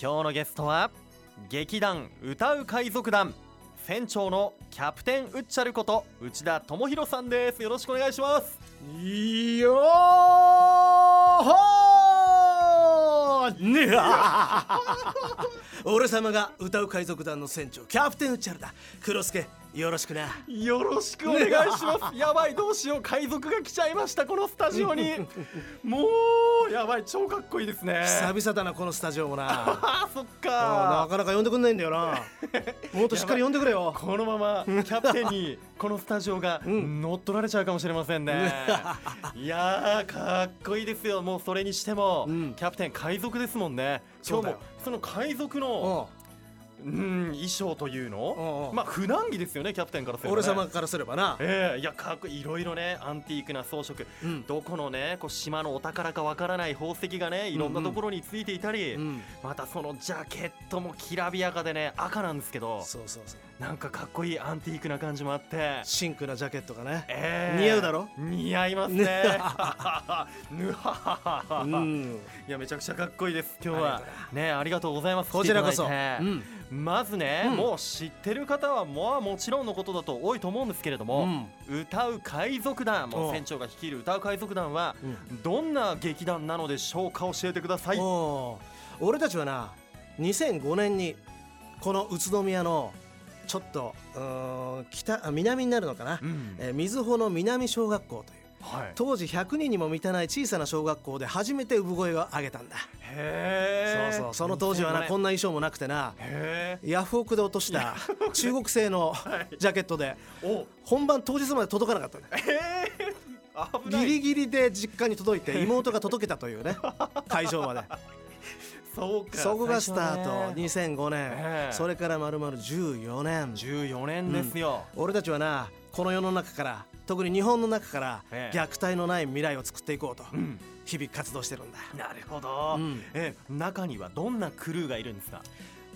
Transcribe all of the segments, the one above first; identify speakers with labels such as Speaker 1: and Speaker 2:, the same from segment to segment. Speaker 1: 今日のゲストは劇団歌う海賊団船長のキャプテンウッチャルこと内田智博さんですよろしくお願いします
Speaker 2: いよーほーねあ 俺様が歌う海賊団の船長キャプテンウッチャルだ黒助よろしくな
Speaker 1: よろしくお願いしますやばいどうしよう海賊が来ちゃいましたこのスタジオ にもうやばい超かっこいいですね
Speaker 2: 久々だなこのスタジオもな
Speaker 1: あーそっ
Speaker 2: あ
Speaker 1: か
Speaker 2: ーなかなか呼んでくんないんだよなもっとしっかり呼んでくれよ
Speaker 1: このままキャプテンにこのスタジオ が乗っ取られちゃうかもしれませんね。いやーかっこいいですよ、もうそれにしても、
Speaker 2: うん
Speaker 1: キャプテン、海賊ですもんね、
Speaker 2: そ
Speaker 1: 今日
Speaker 2: うだ
Speaker 1: も
Speaker 2: よ
Speaker 1: その海賊の、
Speaker 2: お
Speaker 1: うん、衣装という
Speaker 2: うん
Speaker 1: の
Speaker 2: う、ん
Speaker 1: まあ、普段着ですよね、キャプテンからす
Speaker 2: う
Speaker 1: れば、
Speaker 2: 俺
Speaker 1: ね。
Speaker 2: 様からすればな
Speaker 1: ええいやかっこいいいろいろねアンティークな装飾、
Speaker 2: うん
Speaker 1: どこのねこう島のお宝かわからない宝石がねいろんなところについていたり、
Speaker 2: うん
Speaker 1: またそのジャケットもきらびやかでね赤なんですけど
Speaker 2: そうそうそう
Speaker 1: なんかかっこいいアンティークな感じもあって。
Speaker 2: シンクなジャケットがね
Speaker 1: えー
Speaker 2: 似合うだろ
Speaker 1: 似合います ね。 ぬはははは
Speaker 2: う。ん
Speaker 1: いやめちゃくちゃかっこいいです。今日
Speaker 2: あ
Speaker 1: は
Speaker 2: りがと
Speaker 1: ねありがとうございます。
Speaker 2: こちらこそ
Speaker 1: 来ていただいてまずね、
Speaker 2: うん
Speaker 1: もう知ってる方はもうもちろんのことだと多いと思うんですけれども、歌う海賊団も
Speaker 2: お
Speaker 1: う
Speaker 2: う
Speaker 1: 船長が率いる歌う海賊団はどんな劇団なのでしょうか教えてください。
Speaker 2: おー俺たちはな2005年にこの宇都宮のちょっとうーん北あ南になるのかな、
Speaker 1: うん
Speaker 2: えー瑞穂の南小学校という
Speaker 1: はい。
Speaker 2: 当時100人にも満たない小さな小学校で初めて産声を上げたんだ、
Speaker 1: へえ。
Speaker 2: そうそうその当時はなこん
Speaker 1: な。
Speaker 2: な衣装もなくてな
Speaker 1: へ
Speaker 2: ヤフオクで落とした中国製のジャケットで
Speaker 1: え。お。
Speaker 2: 本番当日まで届かなかったんだ
Speaker 1: へえ。危ない。
Speaker 2: ギリギリで実家に届いて妹が届けたとい うね会場まで
Speaker 1: そうか。
Speaker 2: そこがスタ
Speaker 1: 最初
Speaker 2: ー
Speaker 1: は
Speaker 2: ト
Speaker 1: ね
Speaker 2: 2005年、
Speaker 1: ええ
Speaker 2: それから丸々14年
Speaker 1: 14年ですよ、
Speaker 2: 俺たちはなこの世の中から特に日本の中から
Speaker 1: ええ
Speaker 2: 虐待のない未来を作っていこうと日々活動してるんだ、
Speaker 1: なるほど、
Speaker 2: うん
Speaker 1: え中にはどんなクルーがいるんですか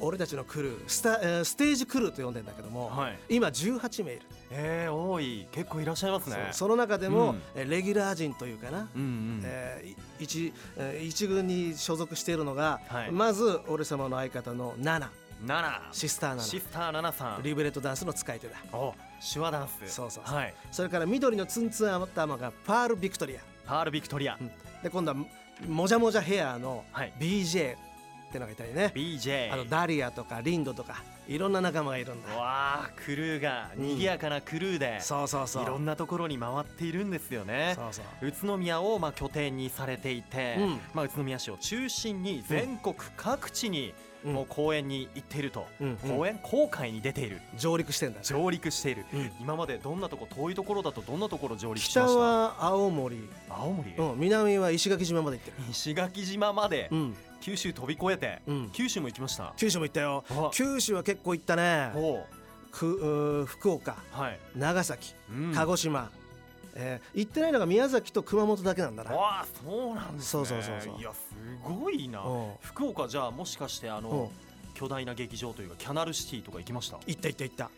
Speaker 2: 俺たちのクルースタ、えーステージクルーと呼んでんだけども、
Speaker 1: はい
Speaker 2: 今18名いる、
Speaker 1: えー、多い結構いらっしゃいますね
Speaker 2: そうその中でも、
Speaker 1: うん
Speaker 2: えーレギュラー陣というかな、
Speaker 1: うんうん、
Speaker 2: えーい一えー一軍に所属しているのが、
Speaker 1: はい
Speaker 2: まず俺様の相方のナナ
Speaker 1: ナ
Speaker 2: シスターナ
Speaker 1: シ
Speaker 2: ナ
Speaker 1: スターナナさん
Speaker 2: リブレットダンスの使い手だ
Speaker 1: お手話ダンス
Speaker 2: そうそうそう
Speaker 1: はい
Speaker 2: それから緑のツンツン頭がパール・ビクトリア
Speaker 1: パールビクトリア、
Speaker 2: で今度はももじゃもじゃヘアの
Speaker 1: はい
Speaker 2: BJ ってのがいたりね、
Speaker 1: BJ
Speaker 2: あのダリアとかリンドとかいろんな仲間がいるんだ
Speaker 1: わあクルーが
Speaker 2: うん
Speaker 1: 賑やかなクルーで、
Speaker 2: そうそうそう
Speaker 1: いろんなところに回っているんですよね
Speaker 2: そうそう
Speaker 1: 宇都宮をまあ拠点にされていて、
Speaker 2: うん
Speaker 1: まあ、宇都宮市を中心に全国各地に
Speaker 2: うん
Speaker 1: もう公演に行っていると、
Speaker 2: うん
Speaker 1: 公演公開に出ている
Speaker 2: 上陸してんだね
Speaker 1: 上陸している、
Speaker 2: うん
Speaker 1: 今までどんなとこ遠いところだとどんなところ上陸し
Speaker 2: 北
Speaker 1: ました
Speaker 2: は青森、
Speaker 1: 青森、
Speaker 2: うん、南は石垣島まで行ってる、
Speaker 1: 石垣島まで、
Speaker 2: うん、
Speaker 1: 九州飛び越えて、
Speaker 2: うん
Speaker 1: 九州も行きました
Speaker 2: 九州も行ったよ
Speaker 1: あ
Speaker 2: 九州は結構行ったね
Speaker 1: おう
Speaker 2: くうー福岡
Speaker 1: はい、
Speaker 2: 長崎
Speaker 1: うん
Speaker 2: 鹿児島、えー行ってないのが宮崎と熊本だけなんだな
Speaker 1: わあそうなんですね
Speaker 2: そうそうそうそう
Speaker 1: やすごいな
Speaker 2: うん
Speaker 1: 福岡じゃあもしかしてあ
Speaker 2: うん
Speaker 1: の巨大な劇場というかキャナルシティとか行きました
Speaker 2: 行った行った行った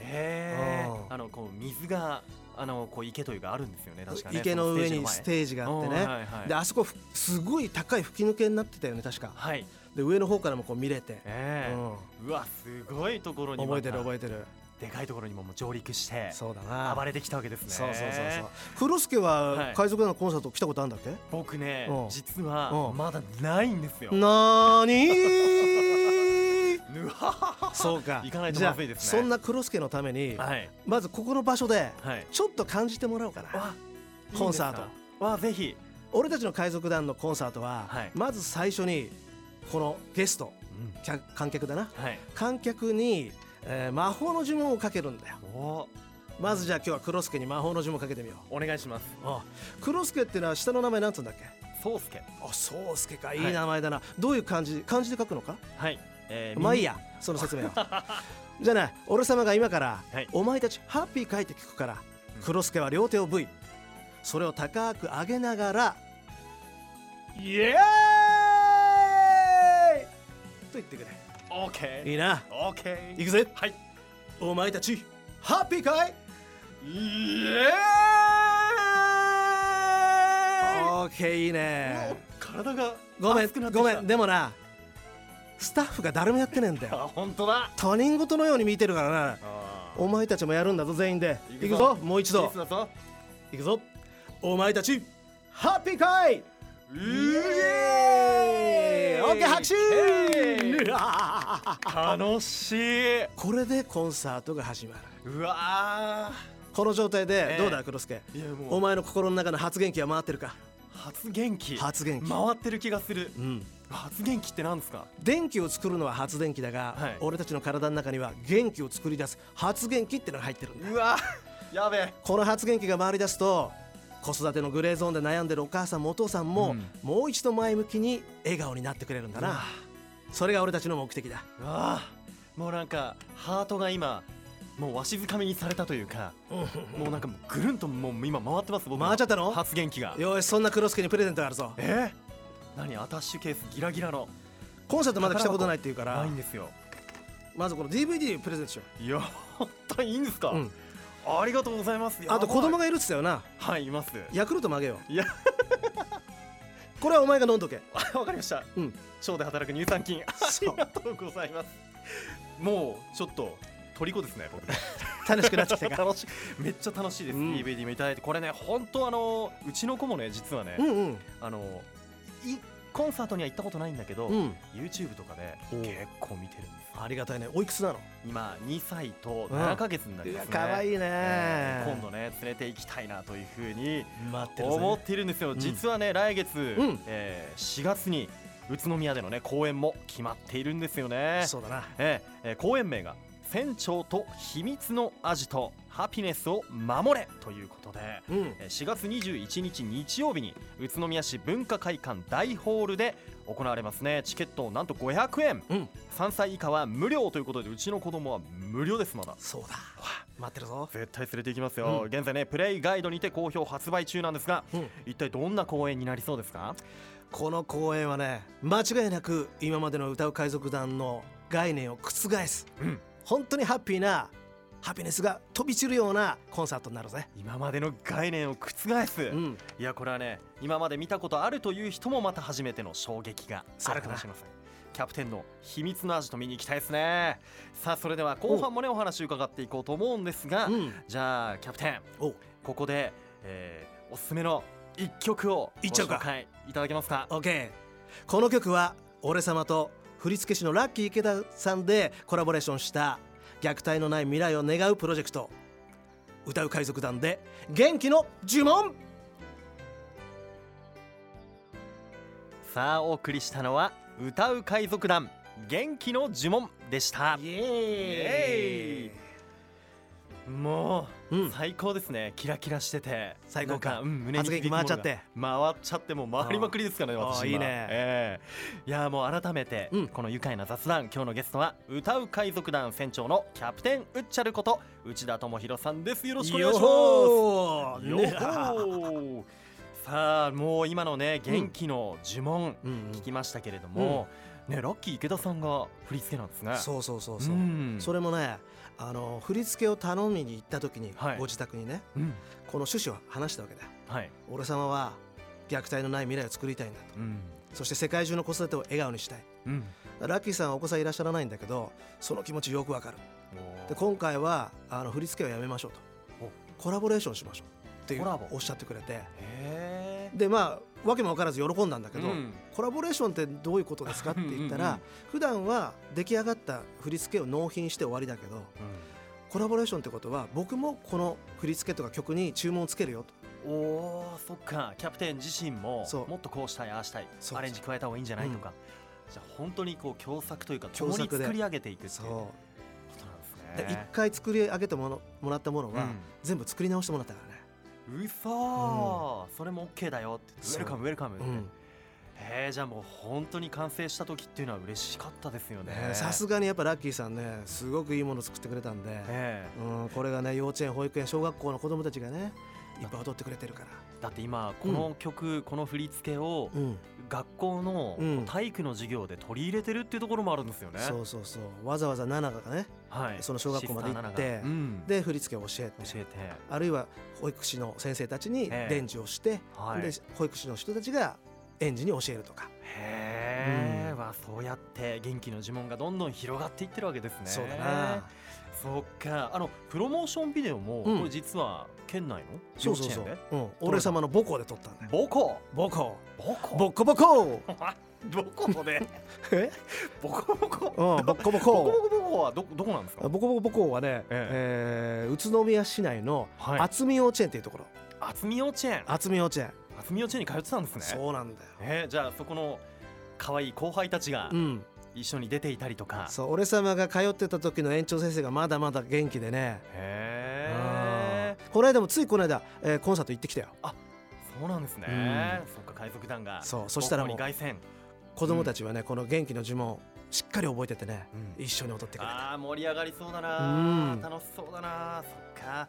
Speaker 1: ええ
Speaker 2: うん
Speaker 1: あのこう水があのこう池というかあるんですよね確かね
Speaker 2: 池の上に
Speaker 1: ー
Speaker 2: ス
Speaker 1: ジ
Speaker 2: テージがあって
Speaker 1: う
Speaker 2: ね、
Speaker 1: んはいはい
Speaker 2: であそこふすごい高い吹き抜けになってたよね確か
Speaker 1: はい
Speaker 2: で上の方からもこう見れて、
Speaker 1: ええうわすごいところ
Speaker 2: うん、
Speaker 1: に
Speaker 2: 覚えてる
Speaker 1: ま
Speaker 2: 覚えてる
Speaker 1: たでかいところにももう上陸して
Speaker 2: そうだな
Speaker 1: 暴れてきたわけですね
Speaker 2: そうそうそうそう黒助は海賊団のコンサート来たことあるんだっけ、
Speaker 1: 僕ね
Speaker 2: うん
Speaker 1: 実は
Speaker 2: うん
Speaker 1: まだないんですよ
Speaker 2: なーにー
Speaker 1: ぬははは
Speaker 2: そうか
Speaker 1: 行かないと
Speaker 2: じゃあ
Speaker 1: まずいですね
Speaker 2: そんな黒助のために、
Speaker 1: はい
Speaker 2: まずここの場所で
Speaker 1: はい
Speaker 2: ちょっと感じてもらおうかな、
Speaker 1: わ
Speaker 2: コンサート
Speaker 1: いいんですかわぜひ
Speaker 2: 俺たちの海賊団のコンサートは、
Speaker 1: はい
Speaker 2: まず最初にこのゲスト客観客だな
Speaker 1: はい
Speaker 2: 観客に、えー魔法の呪文をかけるんだよ
Speaker 1: お
Speaker 2: まずじゃあ今日は黒助に魔法の呪文かけてみよう
Speaker 1: お願いします
Speaker 2: あ黒助ってのは下の名前なんつうんだっけ
Speaker 1: そうすけ
Speaker 2: あそうすけかい
Speaker 1: はい
Speaker 2: い名前だな、どういう漢字漢字で書くのか
Speaker 1: はいえー
Speaker 2: まあいいやその説明は じゃあね俺様が今から、
Speaker 1: はい
Speaker 2: お前たちハッピー書いて聞くから黒助は両手を V それを高く上げながら
Speaker 1: イエーイ
Speaker 2: と言ってく
Speaker 1: オーケ
Speaker 2: れ
Speaker 1: ー
Speaker 2: いいな
Speaker 1: オーケー
Speaker 2: 行くぜ
Speaker 1: はい
Speaker 2: お前たちハッピーかい
Speaker 1: イエ
Speaker 2: オーケーいい
Speaker 1: ーイ
Speaker 2: ね
Speaker 1: 体が
Speaker 2: ごめん
Speaker 1: 熱くなってきた
Speaker 2: ごめんでもなスタッフが誰もやってねえんだ
Speaker 1: あ
Speaker 2: よ
Speaker 1: 本当だ
Speaker 2: 他人事のように見てるからなお前たちもやるんだぞ全員で行くぞもう一度
Speaker 1: いくぞ
Speaker 2: 行くぞお前たちハッピーかいうえ
Speaker 1: え
Speaker 2: ーオッケー拍手う
Speaker 1: 手
Speaker 2: わー
Speaker 1: 楽しいう
Speaker 2: これでコンサートが始まる
Speaker 1: わ
Speaker 2: この状態で
Speaker 1: ええ
Speaker 2: どうだ黒助
Speaker 1: ーいやも
Speaker 2: お前の心の中の発言機は回ってるか
Speaker 1: 発電機
Speaker 2: 発電機
Speaker 1: 回ってる気がする
Speaker 2: うん
Speaker 1: 発電機ってなんですか
Speaker 2: 電気を作るのは発電機だが、
Speaker 1: はい
Speaker 2: 俺たちの体の中には元気を作り出す発電機ってのが入ってるんだ
Speaker 1: うわやべえ
Speaker 2: この発言機が回り出すと子育てのグレーゾーンで悩んでるお母さんもお父さんも、
Speaker 1: うん
Speaker 2: もう一度前向きに笑顔になってくれるんだな、それが俺たちの目的だ
Speaker 1: うわもうなんかハートが今もうわしづかみにされたというかもうなんかもうぐるんともう今回ってます僕の
Speaker 2: 回っちゃったの
Speaker 1: 発電機が
Speaker 2: よしそんな黒助にプレゼントがあるぞ
Speaker 1: え何アタッシュケースギラギラの
Speaker 2: コンサートまだ来たことないっていうから
Speaker 1: ないんですよ
Speaker 2: まずこの DVD プレゼントしよ
Speaker 1: いや本当にいいんですか、
Speaker 2: う、うん、
Speaker 1: ありがとうございます
Speaker 2: あと子供
Speaker 1: が
Speaker 2: がいるっつったよな
Speaker 1: はいいます
Speaker 2: ヤクルトもあげよう
Speaker 1: いや
Speaker 2: これはお前が飲んどけ
Speaker 1: わかりました
Speaker 2: うん
Speaker 1: 腸で働く乳酸菌あ
Speaker 2: そう
Speaker 1: りがとうございますもうちょっと虜ですね僕
Speaker 2: 楽しくなってきたか
Speaker 1: 楽しいめっちゃ楽しいです、
Speaker 2: うん
Speaker 1: DVD もいただいてこれね本当あのうちの子もね実はね、
Speaker 2: うんうん
Speaker 1: あのいコンサートには行ったことないんだけど、
Speaker 2: うん
Speaker 1: YouTube とかで
Speaker 2: おう
Speaker 1: 結構見てるんですよ
Speaker 2: ありがたいねおいくつなの
Speaker 1: 今2歳と
Speaker 2: うん
Speaker 1: 7ヶ月になりますね、
Speaker 2: うわ可愛いね
Speaker 1: えー今度ね連れて行きたいなというふうに
Speaker 2: 待ってるぜ
Speaker 1: 思っているんですよ、
Speaker 2: ん
Speaker 1: 実はね来月、
Speaker 2: うん
Speaker 1: えー4月に宇都宮でのね公演も決まっているんですよね
Speaker 2: そうだな
Speaker 1: えーえー公演名が「船長と秘密のアジトハピネスを守れ」ということで、
Speaker 2: うん
Speaker 1: えー4月21日日曜日に宇都宮市文化会館大ホールで行われますねチケットなんと500円
Speaker 2: うん
Speaker 1: 3歳以下は無料ということでうちの子供は無料ですまだ
Speaker 2: そうだ待ってるぞ
Speaker 1: 絶対連れて行きますよ、
Speaker 2: うん
Speaker 1: 現在ねプレイガイドにて好評発売中なんですが、
Speaker 2: うん
Speaker 1: 一体どんな公演になりそうですか
Speaker 2: この公演はね間違いなく今までの歌う海賊団の概念を覆す
Speaker 1: うん
Speaker 2: 本当にハッピーなハピネスが飛び散るようなコンサートになるぜ
Speaker 1: 今までの概念を覆す、
Speaker 2: うん
Speaker 1: いやこれはね今まで見たことあるという人もまた初めての衝撃があるかもしれませんキャプテンの秘密の味と見に行きたいですねさあそれでは後半もねお話伺っていこうと思うんですが、
Speaker 2: うん
Speaker 1: じゃあキャプテン
Speaker 2: お
Speaker 1: ここで、えーおすすめの一曲をご
Speaker 2: いっちゃうか
Speaker 1: 紹介いただけますか
Speaker 2: オッケーこの曲は俺様と振付師のラッキー池田さんでコラボレーションした虐待のない未来を願うプロジェクト歌う海賊団で元気の呪文
Speaker 1: さあお送りしたのは歌う海賊団元気の呪文でした
Speaker 2: イエーイ
Speaker 1: イエーイもう、
Speaker 2: うん
Speaker 1: 最高ですねキラキラしてて
Speaker 2: 最高か
Speaker 1: なんうん、胸に
Speaker 2: 発言機
Speaker 1: 響くものが
Speaker 2: 回っちゃって
Speaker 1: 回っちゃってもう回りまくりですからね
Speaker 2: うんあ
Speaker 1: 私今
Speaker 2: ーいいね
Speaker 1: ええいやもう改めて、
Speaker 2: うん
Speaker 1: この愉快な雑談今日のゲストは歌う海賊団船長のキャプテンウッチャルこと内田智博さんですよろしくお願いします
Speaker 2: よー
Speaker 1: よーさあもう今のね元気の呪文、
Speaker 2: うんうん
Speaker 1: 聞きましたけれども、ねラッキー池田さんが振り付けなんですね
Speaker 2: そうそうそうそう、
Speaker 1: ん
Speaker 2: それもねあの振り付けを頼みに行った時に、
Speaker 1: はい
Speaker 2: ご自宅にね
Speaker 1: うん
Speaker 2: この趣旨を話したわけだ
Speaker 1: はい、
Speaker 2: 俺様は虐待のない未来を作りたいんだと
Speaker 1: うん
Speaker 2: そして世界中の子育てを笑顔にしたい
Speaker 1: うん、
Speaker 2: ラッキーさんはお子さんいらっしゃらないんだけどその気持ちよくわかるで今回はあの振り付けをやめましょうとコラボレーションしましょうっていう
Speaker 1: コラボ
Speaker 2: おっしゃってくれて
Speaker 1: へ
Speaker 2: でまあ訳も分からず喜んだんだけど、
Speaker 1: うん
Speaker 2: コラボレーションってどういうことですかって言ったら
Speaker 1: うんうん
Speaker 2: 普段は出来上がった振り付けを納品して終わりだけどコラボレーションってことは僕もこの振り付けとか曲に注文をつけるよと
Speaker 1: うん、おーそっかキャプテン自身も
Speaker 2: そう
Speaker 1: もっとこうしたいああしたい
Speaker 2: そう
Speaker 1: アレンジ加えた方がいいんじゃないとか、じゃあ本当にこう共作というか共に
Speaker 2: 共作で
Speaker 1: 作り上げていくっていうこ
Speaker 2: そ
Speaker 1: となんです
Speaker 2: うで一
Speaker 1: ね
Speaker 2: 回作り上げてものもらったものは、
Speaker 1: うん
Speaker 2: 全部作り直してもらったからね、
Speaker 1: うそー、それも OK だよってウ
Speaker 2: そう
Speaker 1: ェルカムウェルカムって、
Speaker 2: うん
Speaker 1: へえじゃあもう本当に完成した時っていうのは嬉しかったですよね
Speaker 2: ねさすがにやっぱラッキーさんねすごくいいもの作ってくれたんで、
Speaker 1: ええ
Speaker 2: うん、これがね幼稚園保育園小学校の子供たちがねいっぱい踊ってくれてるから、
Speaker 1: だって今この曲、この振り付けを
Speaker 2: うん、
Speaker 1: 学校の
Speaker 2: うん
Speaker 1: 体育の授業で取り入れてるっていうところもあるんですよね。
Speaker 2: そうそうそうわざわざ奈々がね
Speaker 1: はい、
Speaker 2: その小学校まで行
Speaker 1: シ
Speaker 2: って
Speaker 1: スターナナがうん
Speaker 2: で振り付けを教えて
Speaker 1: 教えて、
Speaker 2: あるいは保育士の先生たちに
Speaker 1: ええ
Speaker 2: 伝授をして、
Speaker 1: はい、
Speaker 2: で保育士の人たちが園児に教えるとか
Speaker 1: へえ、
Speaker 2: うん
Speaker 1: わそうやって元気の呪文がどんどん広がっていってるわけですね
Speaker 2: そうだな
Speaker 1: そっかあのプロモーションビデオも、
Speaker 2: うん
Speaker 1: これ実は県内の
Speaker 2: そうそうそ
Speaker 1: 幼稚園
Speaker 2: う、うん、俺様の母校で撮ったんだよ
Speaker 1: で母校
Speaker 2: 母校
Speaker 1: 母校
Speaker 2: ボッコボコ
Speaker 1: ど こで
Speaker 2: え
Speaker 1: ボコボコ
Speaker 2: うんボ
Speaker 1: ボ
Speaker 2: ッコボ
Speaker 1: コボ
Speaker 2: コ
Speaker 1: コボコはどどこなんですか
Speaker 2: ボコボコ母校はね、えー宇都宮市内の
Speaker 1: はい
Speaker 2: 渥美幼稚園っていうところ
Speaker 1: 厚み幼稚園
Speaker 2: 渥美幼稚園
Speaker 1: 厚み幼稚園に通ってたんですね
Speaker 2: そうなんだよ
Speaker 1: えーじゃあそこの可愛い後輩たちが
Speaker 2: うん
Speaker 1: 一緒に出ていたりとか、
Speaker 2: そう俺様が通ってた時の園長先生がまだまだ元気でね
Speaker 1: へえ
Speaker 2: うんこの間もついこの間、えーコンサート行ってきたよ
Speaker 1: そうなんですね、
Speaker 2: う
Speaker 1: そっか海賊団が
Speaker 2: そうそしたらもう
Speaker 1: 高校に凱旋、
Speaker 2: 子供たちはね、この元気の呪文をしっかり覚えててね一緒に踊ってくれた
Speaker 1: ああ盛り上がりそうだな、
Speaker 2: うん
Speaker 1: 楽しそうだなそっか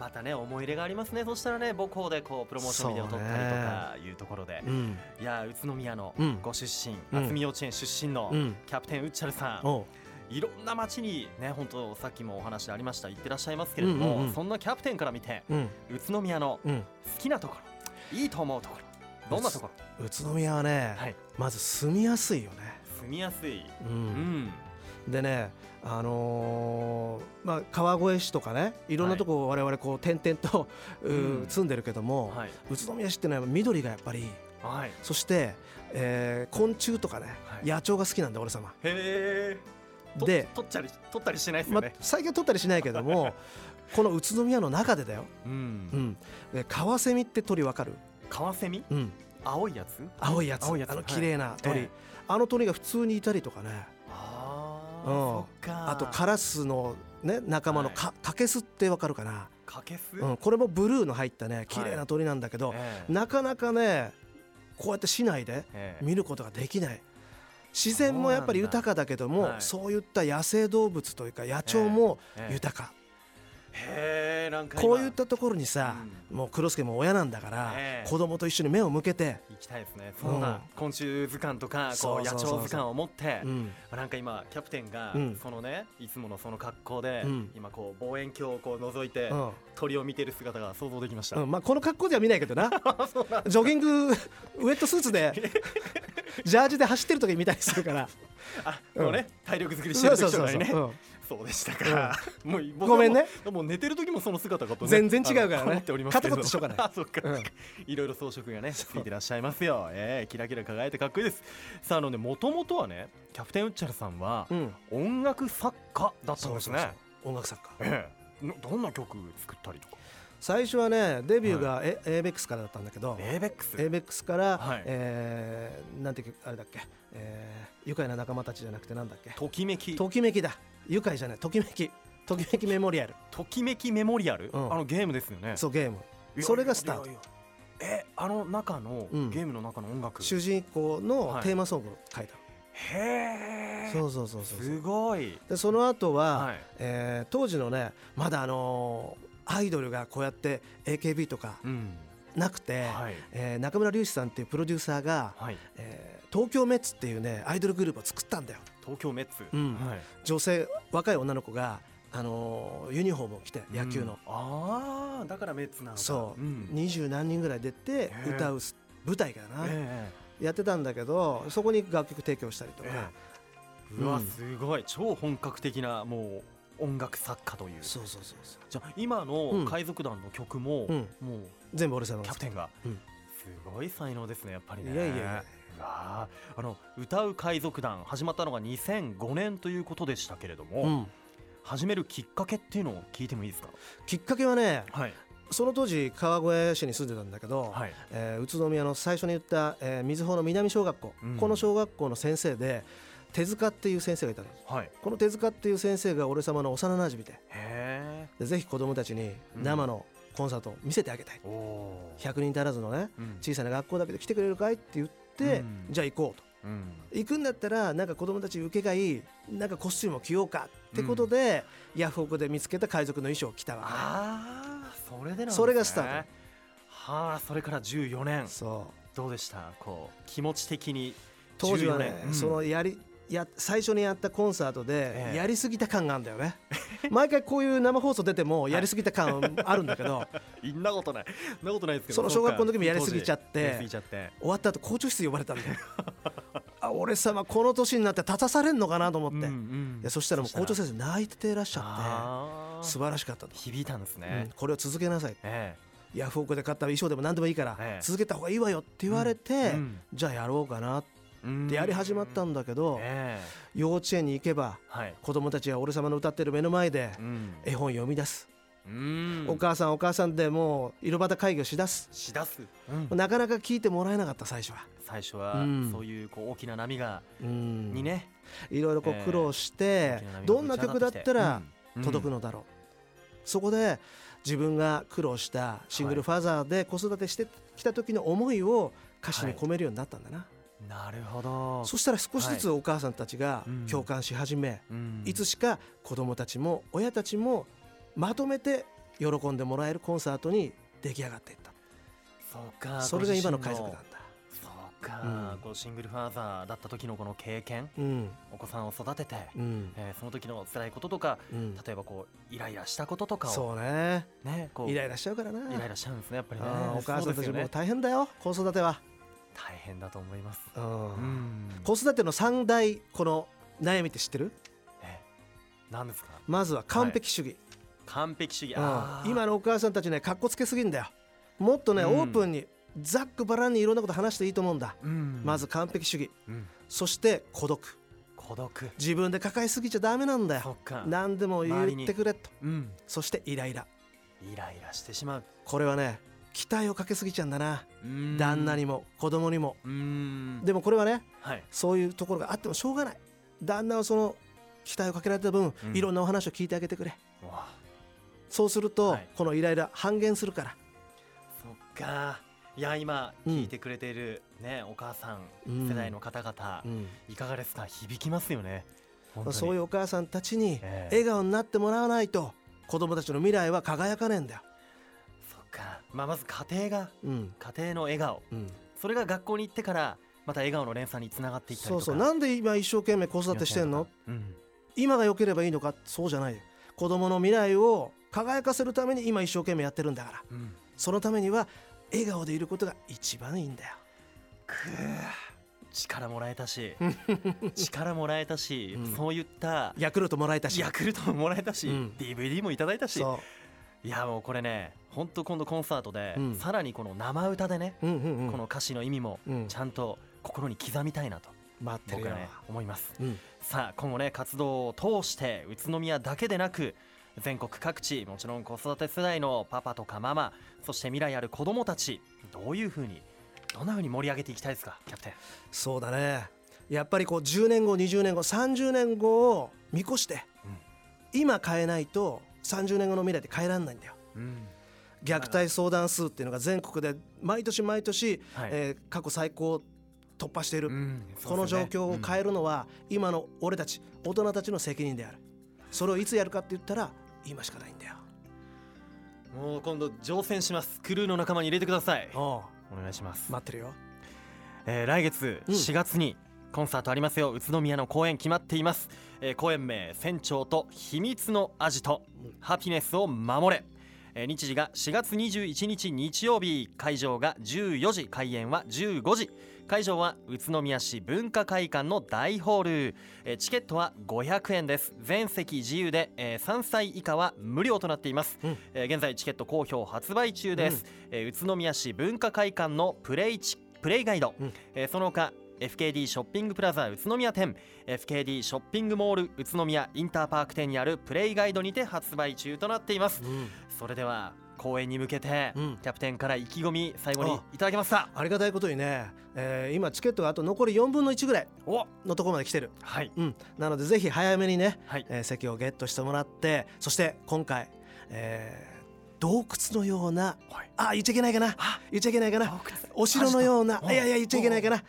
Speaker 1: またね思い入れがありますねそしたらね母校でこうプロモーションビデオ撮ったりとかいうところで、
Speaker 2: うん
Speaker 1: いやー宇都宮の
Speaker 2: うん
Speaker 1: ご出身、
Speaker 2: うん
Speaker 1: 渥美幼稚園出身の
Speaker 2: うん
Speaker 1: キャプテンウッチャルさん、
Speaker 2: おう
Speaker 1: いろんな町にね本当さっきもお話ありました行ってらっしゃいますけれども、
Speaker 2: うんうんうん
Speaker 1: そんなキャプテンから見て
Speaker 2: うん
Speaker 1: 宇都宮の
Speaker 2: うん
Speaker 1: 好きなところいいと思うところどんなところ
Speaker 2: 宇都宮はね、
Speaker 1: はい
Speaker 2: まず住みやすいよね、
Speaker 1: 住みやすい、
Speaker 2: う
Speaker 1: うんん、
Speaker 2: でねあのーまあ、川越市とかねいろんなとこ我々こう点々と、うー
Speaker 1: うん
Speaker 2: 住んでるけども、
Speaker 1: はい
Speaker 2: 宇都宮市ってのは緑がやっぱりいい
Speaker 1: はいへ
Speaker 2: そして、えー昆虫とかね、
Speaker 1: はい
Speaker 2: 野鳥が好きなんで俺様
Speaker 1: え
Speaker 2: で
Speaker 1: 取っちゃり取ったりしないですよ
Speaker 2: ま
Speaker 1: ね、
Speaker 2: 最近は撮ったりしないけど もこの宇都宮の中でだよ、
Speaker 1: う
Speaker 2: うんん、でカワセミって鳥わかる、
Speaker 1: カワセミ
Speaker 2: うん、
Speaker 1: 青いやつ
Speaker 2: 青いやつ
Speaker 1: 青いやつ
Speaker 2: あの
Speaker 1: はい
Speaker 2: 綺麗な鳥、
Speaker 1: ええ
Speaker 2: あの鳥が普通にいたりとかね
Speaker 1: あ
Speaker 2: うん
Speaker 1: ーそっか
Speaker 2: あとカラスの、ね、仲間のか、カケスってわかるかな、
Speaker 1: かけす、
Speaker 2: うん、これもブルーの入ったね綺麗な鳥なんだけど、
Speaker 1: ええ
Speaker 2: なかなかねこうやって市内で
Speaker 1: ええ
Speaker 2: 見ることができない自然もやっぱり豊かだけどもそう,、
Speaker 1: はい
Speaker 2: いった野生動物というか野鳥も
Speaker 1: ええ
Speaker 2: 豊か、
Speaker 1: へえなんか今
Speaker 2: こういったところにさ、もう黒助も親なんだから、
Speaker 1: ええ
Speaker 2: 子供と一緒に目を向けて、
Speaker 1: 行きたいですねそんな、
Speaker 2: うん
Speaker 1: 昆虫図鑑とかこ
Speaker 2: そうう
Speaker 1: 野
Speaker 2: そうそうそう
Speaker 1: 鳥図鑑を持って
Speaker 2: うん
Speaker 1: なんか今キャプテンが、
Speaker 2: うん
Speaker 1: そのねいつものその格好で、
Speaker 2: うん
Speaker 1: 今こう望遠鏡をこう覗いて、
Speaker 2: うん
Speaker 1: 鳥を見てる姿が想像できました、
Speaker 2: うんまあ、この格好では見ないけ どなジョギングウェットスーツで ジャージで走ってる時見たりするから
Speaker 1: あ
Speaker 2: うん
Speaker 1: もうね、体力作りしてる時とかにねそう
Speaker 2: うん
Speaker 1: でしたか、もう僕は
Speaker 2: ごめんね
Speaker 1: もうもう寝てる時もその姿かと、
Speaker 2: 全然違うからね
Speaker 1: あの思っておりますけれど
Speaker 2: 片言しとかない
Speaker 1: あそっか、
Speaker 2: うん
Speaker 1: いろいろ装飾がねついてらっしゃいますよええキラキラ輝いてかっこいいですさああのねもともとはねキャプテンウッチャルさんは
Speaker 2: うん
Speaker 1: 音楽作家だったんですね
Speaker 2: そうそうそう音楽作家
Speaker 1: ええのどんな曲作ったりとか
Speaker 2: 最初はねデビューがエエーベックスからだったんだけど、
Speaker 1: エーベックス
Speaker 2: エーベックスから、
Speaker 1: はい
Speaker 2: えーなんていうかあれだっけ、えー愉快な仲間たちじゃなくてなんだっけ
Speaker 1: ときめきと
Speaker 2: ときめきだ愉快じゃないときめきときめきメモリアル
Speaker 1: きめきメモリアル、
Speaker 2: うん
Speaker 1: あのゲームですよね
Speaker 2: そうゲーム
Speaker 1: いや
Speaker 2: それがスタート
Speaker 1: いやいやえあの中の、
Speaker 2: うん
Speaker 1: ゲームの中の音楽
Speaker 2: 主人公の
Speaker 1: はい
Speaker 2: テーマソングを書いたの、
Speaker 1: へえ
Speaker 2: そうそうそうそう
Speaker 1: すごい
Speaker 2: でその後は、
Speaker 1: はい
Speaker 2: えー当時のねまだあのーアイドルがこうやって AKB とか
Speaker 1: うん
Speaker 2: なくて、
Speaker 1: はい
Speaker 2: えー中村隆史さんっていうプロデューサーが、
Speaker 1: はい
Speaker 2: えー東京メッツっていうねアイドルグループを作ったんだよ
Speaker 1: 東京メッツ、
Speaker 2: うん
Speaker 1: はい、
Speaker 2: 女性若い女の子が、あのーユニフォームを着て野球
Speaker 1: うん
Speaker 2: の、
Speaker 1: ああだからメッツなのか
Speaker 2: そう
Speaker 1: うん
Speaker 2: 二十、何人ぐらい出て
Speaker 1: え
Speaker 2: 歌う舞台かな、
Speaker 1: え
Speaker 2: やってたんだけどそこに楽曲提供したりと
Speaker 1: え
Speaker 2: か、
Speaker 1: ええうわ
Speaker 2: うん
Speaker 1: すごい超本格的なもう音楽作家という
Speaker 2: そうそうそうそ
Speaker 1: じゃあ今
Speaker 2: う
Speaker 1: の
Speaker 2: ん
Speaker 1: 海賊団の曲も、
Speaker 2: う、うん、
Speaker 1: もう
Speaker 2: 全部俺様
Speaker 1: キャプテンが、
Speaker 2: うん
Speaker 1: すごい才能ですねやっぱりね
Speaker 2: いやいやいや
Speaker 1: うわーあの歌う海賊団始まったのが2005年ということでしたけれども、
Speaker 2: うん、
Speaker 1: 始めるきっかけっていうのを聞いてもいいですか
Speaker 2: きっかけはね
Speaker 1: はい
Speaker 2: その当時川越市に住んでたんだけど、
Speaker 1: はい
Speaker 2: えー宇都宮の最初に言った、えー、水穂の南小学校、
Speaker 1: うん
Speaker 2: この小学校の先生で手塚っていう先生がいたの
Speaker 1: はい
Speaker 2: この手塚っていう先生が俺様の幼なじみで
Speaker 1: へえ
Speaker 2: でぜひ子供たちに
Speaker 1: うん
Speaker 2: 生のコンサートを見せてあげたい、
Speaker 1: おおー
Speaker 2: 100人足らずのね
Speaker 1: うん
Speaker 2: 小さな学校だけど来てくれるかいって言って、
Speaker 1: うん
Speaker 2: じゃあ行こうと
Speaker 1: うん
Speaker 2: 行くんだったらなんか子供たち受けがいいなんかコスチュームを着ようかってことで、ヤフオクで見つけた海賊の衣装を着たわけね
Speaker 1: ああそれでなんですね
Speaker 2: それがスタート
Speaker 1: はあそれから14年
Speaker 2: そう
Speaker 1: どうでしたこう気持ち的に
Speaker 2: 当時はね
Speaker 1: 14、年
Speaker 2: そのやりや最初にやったコンサート
Speaker 1: え
Speaker 2: で
Speaker 1: え
Speaker 2: やりすぎた感があるんだよ ね、毎回こういう生放送出てもやりすぎた感あるんだけど、
Speaker 1: いんなことないそんなことないですけど
Speaker 2: その小学校の時もやりすぎちゃって
Speaker 1: そうかやりすぎちゃって
Speaker 2: 終わった後校長室呼ばれたんだよあ俺様この年になって立たされんのかなと思って、
Speaker 1: うんうん
Speaker 2: でそしたらもう校長先生泣いてらっしゃ
Speaker 1: あー
Speaker 2: って素晴らしかったと、
Speaker 1: 響いたんです
Speaker 2: う
Speaker 1: ね
Speaker 2: ん、。これを続けなさい
Speaker 1: え
Speaker 2: ヤフオクで買った衣装でも何でもいいから、
Speaker 1: ええ
Speaker 2: 続けた方がいいわよって言われて、
Speaker 1: うん
Speaker 2: じゃあやろうかなっ
Speaker 1: え
Speaker 2: てやり始まったんだけど、
Speaker 1: ええ
Speaker 2: 幼稚園に行けば
Speaker 1: はい。
Speaker 2: 子供たちが俺様の歌ってる目の前で
Speaker 1: うん
Speaker 2: 絵本読み出す、
Speaker 1: うん
Speaker 2: お母さんお母さんでもう色端会議をしだす、
Speaker 1: しだす。うん
Speaker 2: なかなか聞いてもらえなかった最初は。
Speaker 1: 最初は
Speaker 2: うん
Speaker 1: そういうこう大きな波が
Speaker 2: うん
Speaker 1: にね。
Speaker 2: いろいろこ
Speaker 1: え
Speaker 2: う
Speaker 1: え
Speaker 2: 苦労して、
Speaker 1: 大きな波が
Speaker 2: どんな曲だったら
Speaker 1: うん
Speaker 2: 届く。のだろう、そこで自分が苦労したシングルファザーで子育てしてきた時の思いを歌詞に込めるようになったんだな、
Speaker 1: うんなるほど。
Speaker 2: そしたら少しずつお母さんたちが
Speaker 1: うん
Speaker 2: 共感し始め、
Speaker 1: うん
Speaker 2: いつしか子どもたちも親たちもまとめて喜んでもらえるコンサートに出来上がっていっ
Speaker 1: そうか
Speaker 2: たそれが今の
Speaker 1: ご自
Speaker 2: 海
Speaker 1: 身
Speaker 2: 賊なんだ、
Speaker 1: そうか、
Speaker 2: うん
Speaker 1: こうシングルファーザーだった時のこの経験
Speaker 2: うん
Speaker 1: お子さんを育てて、
Speaker 2: うん
Speaker 1: えーその時の辛いこととか
Speaker 2: うん、
Speaker 1: 例えばこうイライラしたこととかを
Speaker 2: そうね
Speaker 1: ねこう
Speaker 2: イライラしちゃうからな
Speaker 1: イライラしちゃうんですねやっぱりね
Speaker 2: ああお母さん
Speaker 1: そ
Speaker 2: た
Speaker 1: うです
Speaker 2: ち
Speaker 1: よ
Speaker 2: も
Speaker 1: ね
Speaker 2: 大変だよ子育ては、
Speaker 1: 大変だと思います
Speaker 2: うん
Speaker 1: うん
Speaker 2: 子育ての三大この悩みって知ってる
Speaker 1: え何ですか
Speaker 2: まずは完璧主義、
Speaker 1: 完璧主義あ
Speaker 2: う
Speaker 1: ー
Speaker 2: ん、今のお母さんたちねかっこつけすぎんだよもっとね、
Speaker 1: うん
Speaker 2: オープンにざっくばらんにいろんなこと話していいと思うんだ、
Speaker 1: うん
Speaker 2: まず、完璧主義
Speaker 1: うん、
Speaker 2: そして孤独
Speaker 1: 孤独
Speaker 2: 自分で抱えすぎちゃダメなんだ
Speaker 1: そ
Speaker 2: よ
Speaker 1: っか
Speaker 2: 何でも
Speaker 1: 周り
Speaker 2: 言っ
Speaker 1: に
Speaker 2: てくれと
Speaker 1: うん
Speaker 2: そしてイライラ
Speaker 1: イライラしてしまう
Speaker 2: これはね期待をかけすぎちゃうんだな、
Speaker 1: うん
Speaker 2: 旦那にも子供にも
Speaker 1: うん
Speaker 2: でもこれはね
Speaker 1: はい
Speaker 2: そういうところがあってもしょうがない旦那はその期待をかけられた分、
Speaker 1: うん
Speaker 2: いろんなお話を聞いてあげてくれ
Speaker 1: うわ
Speaker 2: そうすると、
Speaker 1: はい
Speaker 2: このイライラ半減するから、
Speaker 1: そっかいや今
Speaker 2: うん
Speaker 1: 聞いてくれているね、お母さ
Speaker 2: うん
Speaker 1: ん世代の方々、いかがですか響きますよね本当に
Speaker 2: そういうお母さんたちに
Speaker 1: ええ
Speaker 2: 笑顔になってもらわないと子供たちの未来は輝かねえんだよ、
Speaker 1: そっか、まあ、まず家庭が
Speaker 2: うん
Speaker 1: 家庭の笑顔
Speaker 2: うん、
Speaker 1: それが学校に行ってからまた笑顔の連鎖につながっていったり
Speaker 2: そ
Speaker 1: と
Speaker 2: う
Speaker 1: か
Speaker 2: そうなんで今一生懸命子育てしてんの
Speaker 1: うん
Speaker 2: 今が良ければいいのかそうじゃないよ子供の未来を輝かせるために今一生懸命やってるんだから
Speaker 1: うん
Speaker 2: そのためには笑顔でいることが一番いいんだよ
Speaker 1: くー力もらえた し力もらえたし、
Speaker 2: うん
Speaker 1: そういった
Speaker 2: ヤクルトもらえたし
Speaker 1: ヤクルトももらえたし、
Speaker 2: うん
Speaker 1: DVD もいただいたし
Speaker 2: そ
Speaker 1: いやもうこれね本当今度コンサートで、
Speaker 2: うん
Speaker 1: さらにこの生歌でね、
Speaker 2: う、うんうんうん、
Speaker 1: この歌詞の意味も
Speaker 2: うん
Speaker 1: ちゃんと心に刻みたいなと
Speaker 2: 待ってる
Speaker 1: 僕
Speaker 2: よ
Speaker 1: は、ね思います
Speaker 2: うん、
Speaker 1: さあ今後ね活動を通して宇都宮だけでなく全国各地もちろん子育て世代のパパとかママそして未来ある子供たちどういうふうにどんなふうに盛り上げていきたいですかキャプテン
Speaker 2: そうだねやっぱりこう10年後20年後30年後を見越して、
Speaker 1: うん
Speaker 2: 今変えないと30年後の未来って変えられないんだよ
Speaker 1: うん
Speaker 2: 虐待相談数っていうのが全国で毎年毎年、
Speaker 1: はい
Speaker 2: えー過去最高を突破している、この状況を変え
Speaker 1: る
Speaker 2: るのは、今の俺たち大人たちの責任であるそれをいつやるかって言ったら今しかないんだよ
Speaker 1: もう今度乗船しますクルーの仲間に入れてください
Speaker 2: お
Speaker 1: お願いします
Speaker 2: う待ってるよ
Speaker 1: えー来月
Speaker 2: うん
Speaker 1: 4月にコンサートありますよ、宇都宮の公演決まっています、えー公演名「船長と秘密のアジト、
Speaker 2: うん
Speaker 1: ハピネスを守れ」えー日時が4月21日日曜日会場が14時開演は15時会場は宇都宮市文化会館の大ホール、えーチケットは500円です全席自由で、えー3歳以下は無料となっています、
Speaker 2: うん
Speaker 1: えー現在チケット好評発売中です、えー宇都宮市文化会館のプレイチプレイガイド、
Speaker 2: うん
Speaker 1: えーその他 FKD ショッピングプラザ宇都宮店 FKD ショッピングモール宇都宮インターパーク店にあるプレイガイドにて発売中となっています
Speaker 2: うん
Speaker 1: それでは公演に向けて、
Speaker 2: うん
Speaker 1: キャプテンから意気込み最後にいただけました
Speaker 2: ありがたいことにね、えー今チケットがあと残り4分の1ぐらい
Speaker 1: お
Speaker 2: のところまで来てる
Speaker 1: はい
Speaker 2: うん、なのでぜひ早めにね、
Speaker 1: はい
Speaker 2: えー席をゲットしてもらってそして今回、えー洞窟のような
Speaker 1: はい
Speaker 2: あ言っちゃいけないかな
Speaker 1: あ
Speaker 2: 言っちゃいけないかなお城のようないやいや言っちゃいけないかな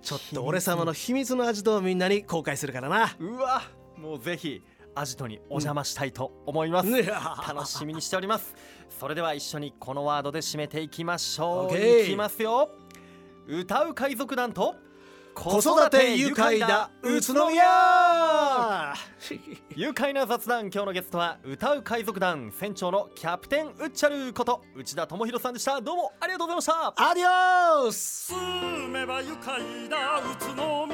Speaker 2: ちょっと俺様の秘密の味とみんなに公開するからな。
Speaker 1: うわもうぜひアジトにお邪魔したいと思います、
Speaker 2: いや
Speaker 1: 楽しみにしておりますそれでは一緒にこのワードで締めていきましょう、
Speaker 2: OK
Speaker 1: いきますよ歌う海賊団と
Speaker 2: 子育て愉快だ宇都宮
Speaker 1: 愉快な雑談今日のゲストは歌う海賊団船長のキャプテンウッチャルこと内田智博さんでしたどうもありがとうございました
Speaker 2: アディオス
Speaker 3: 住めば愉快だ宇都宮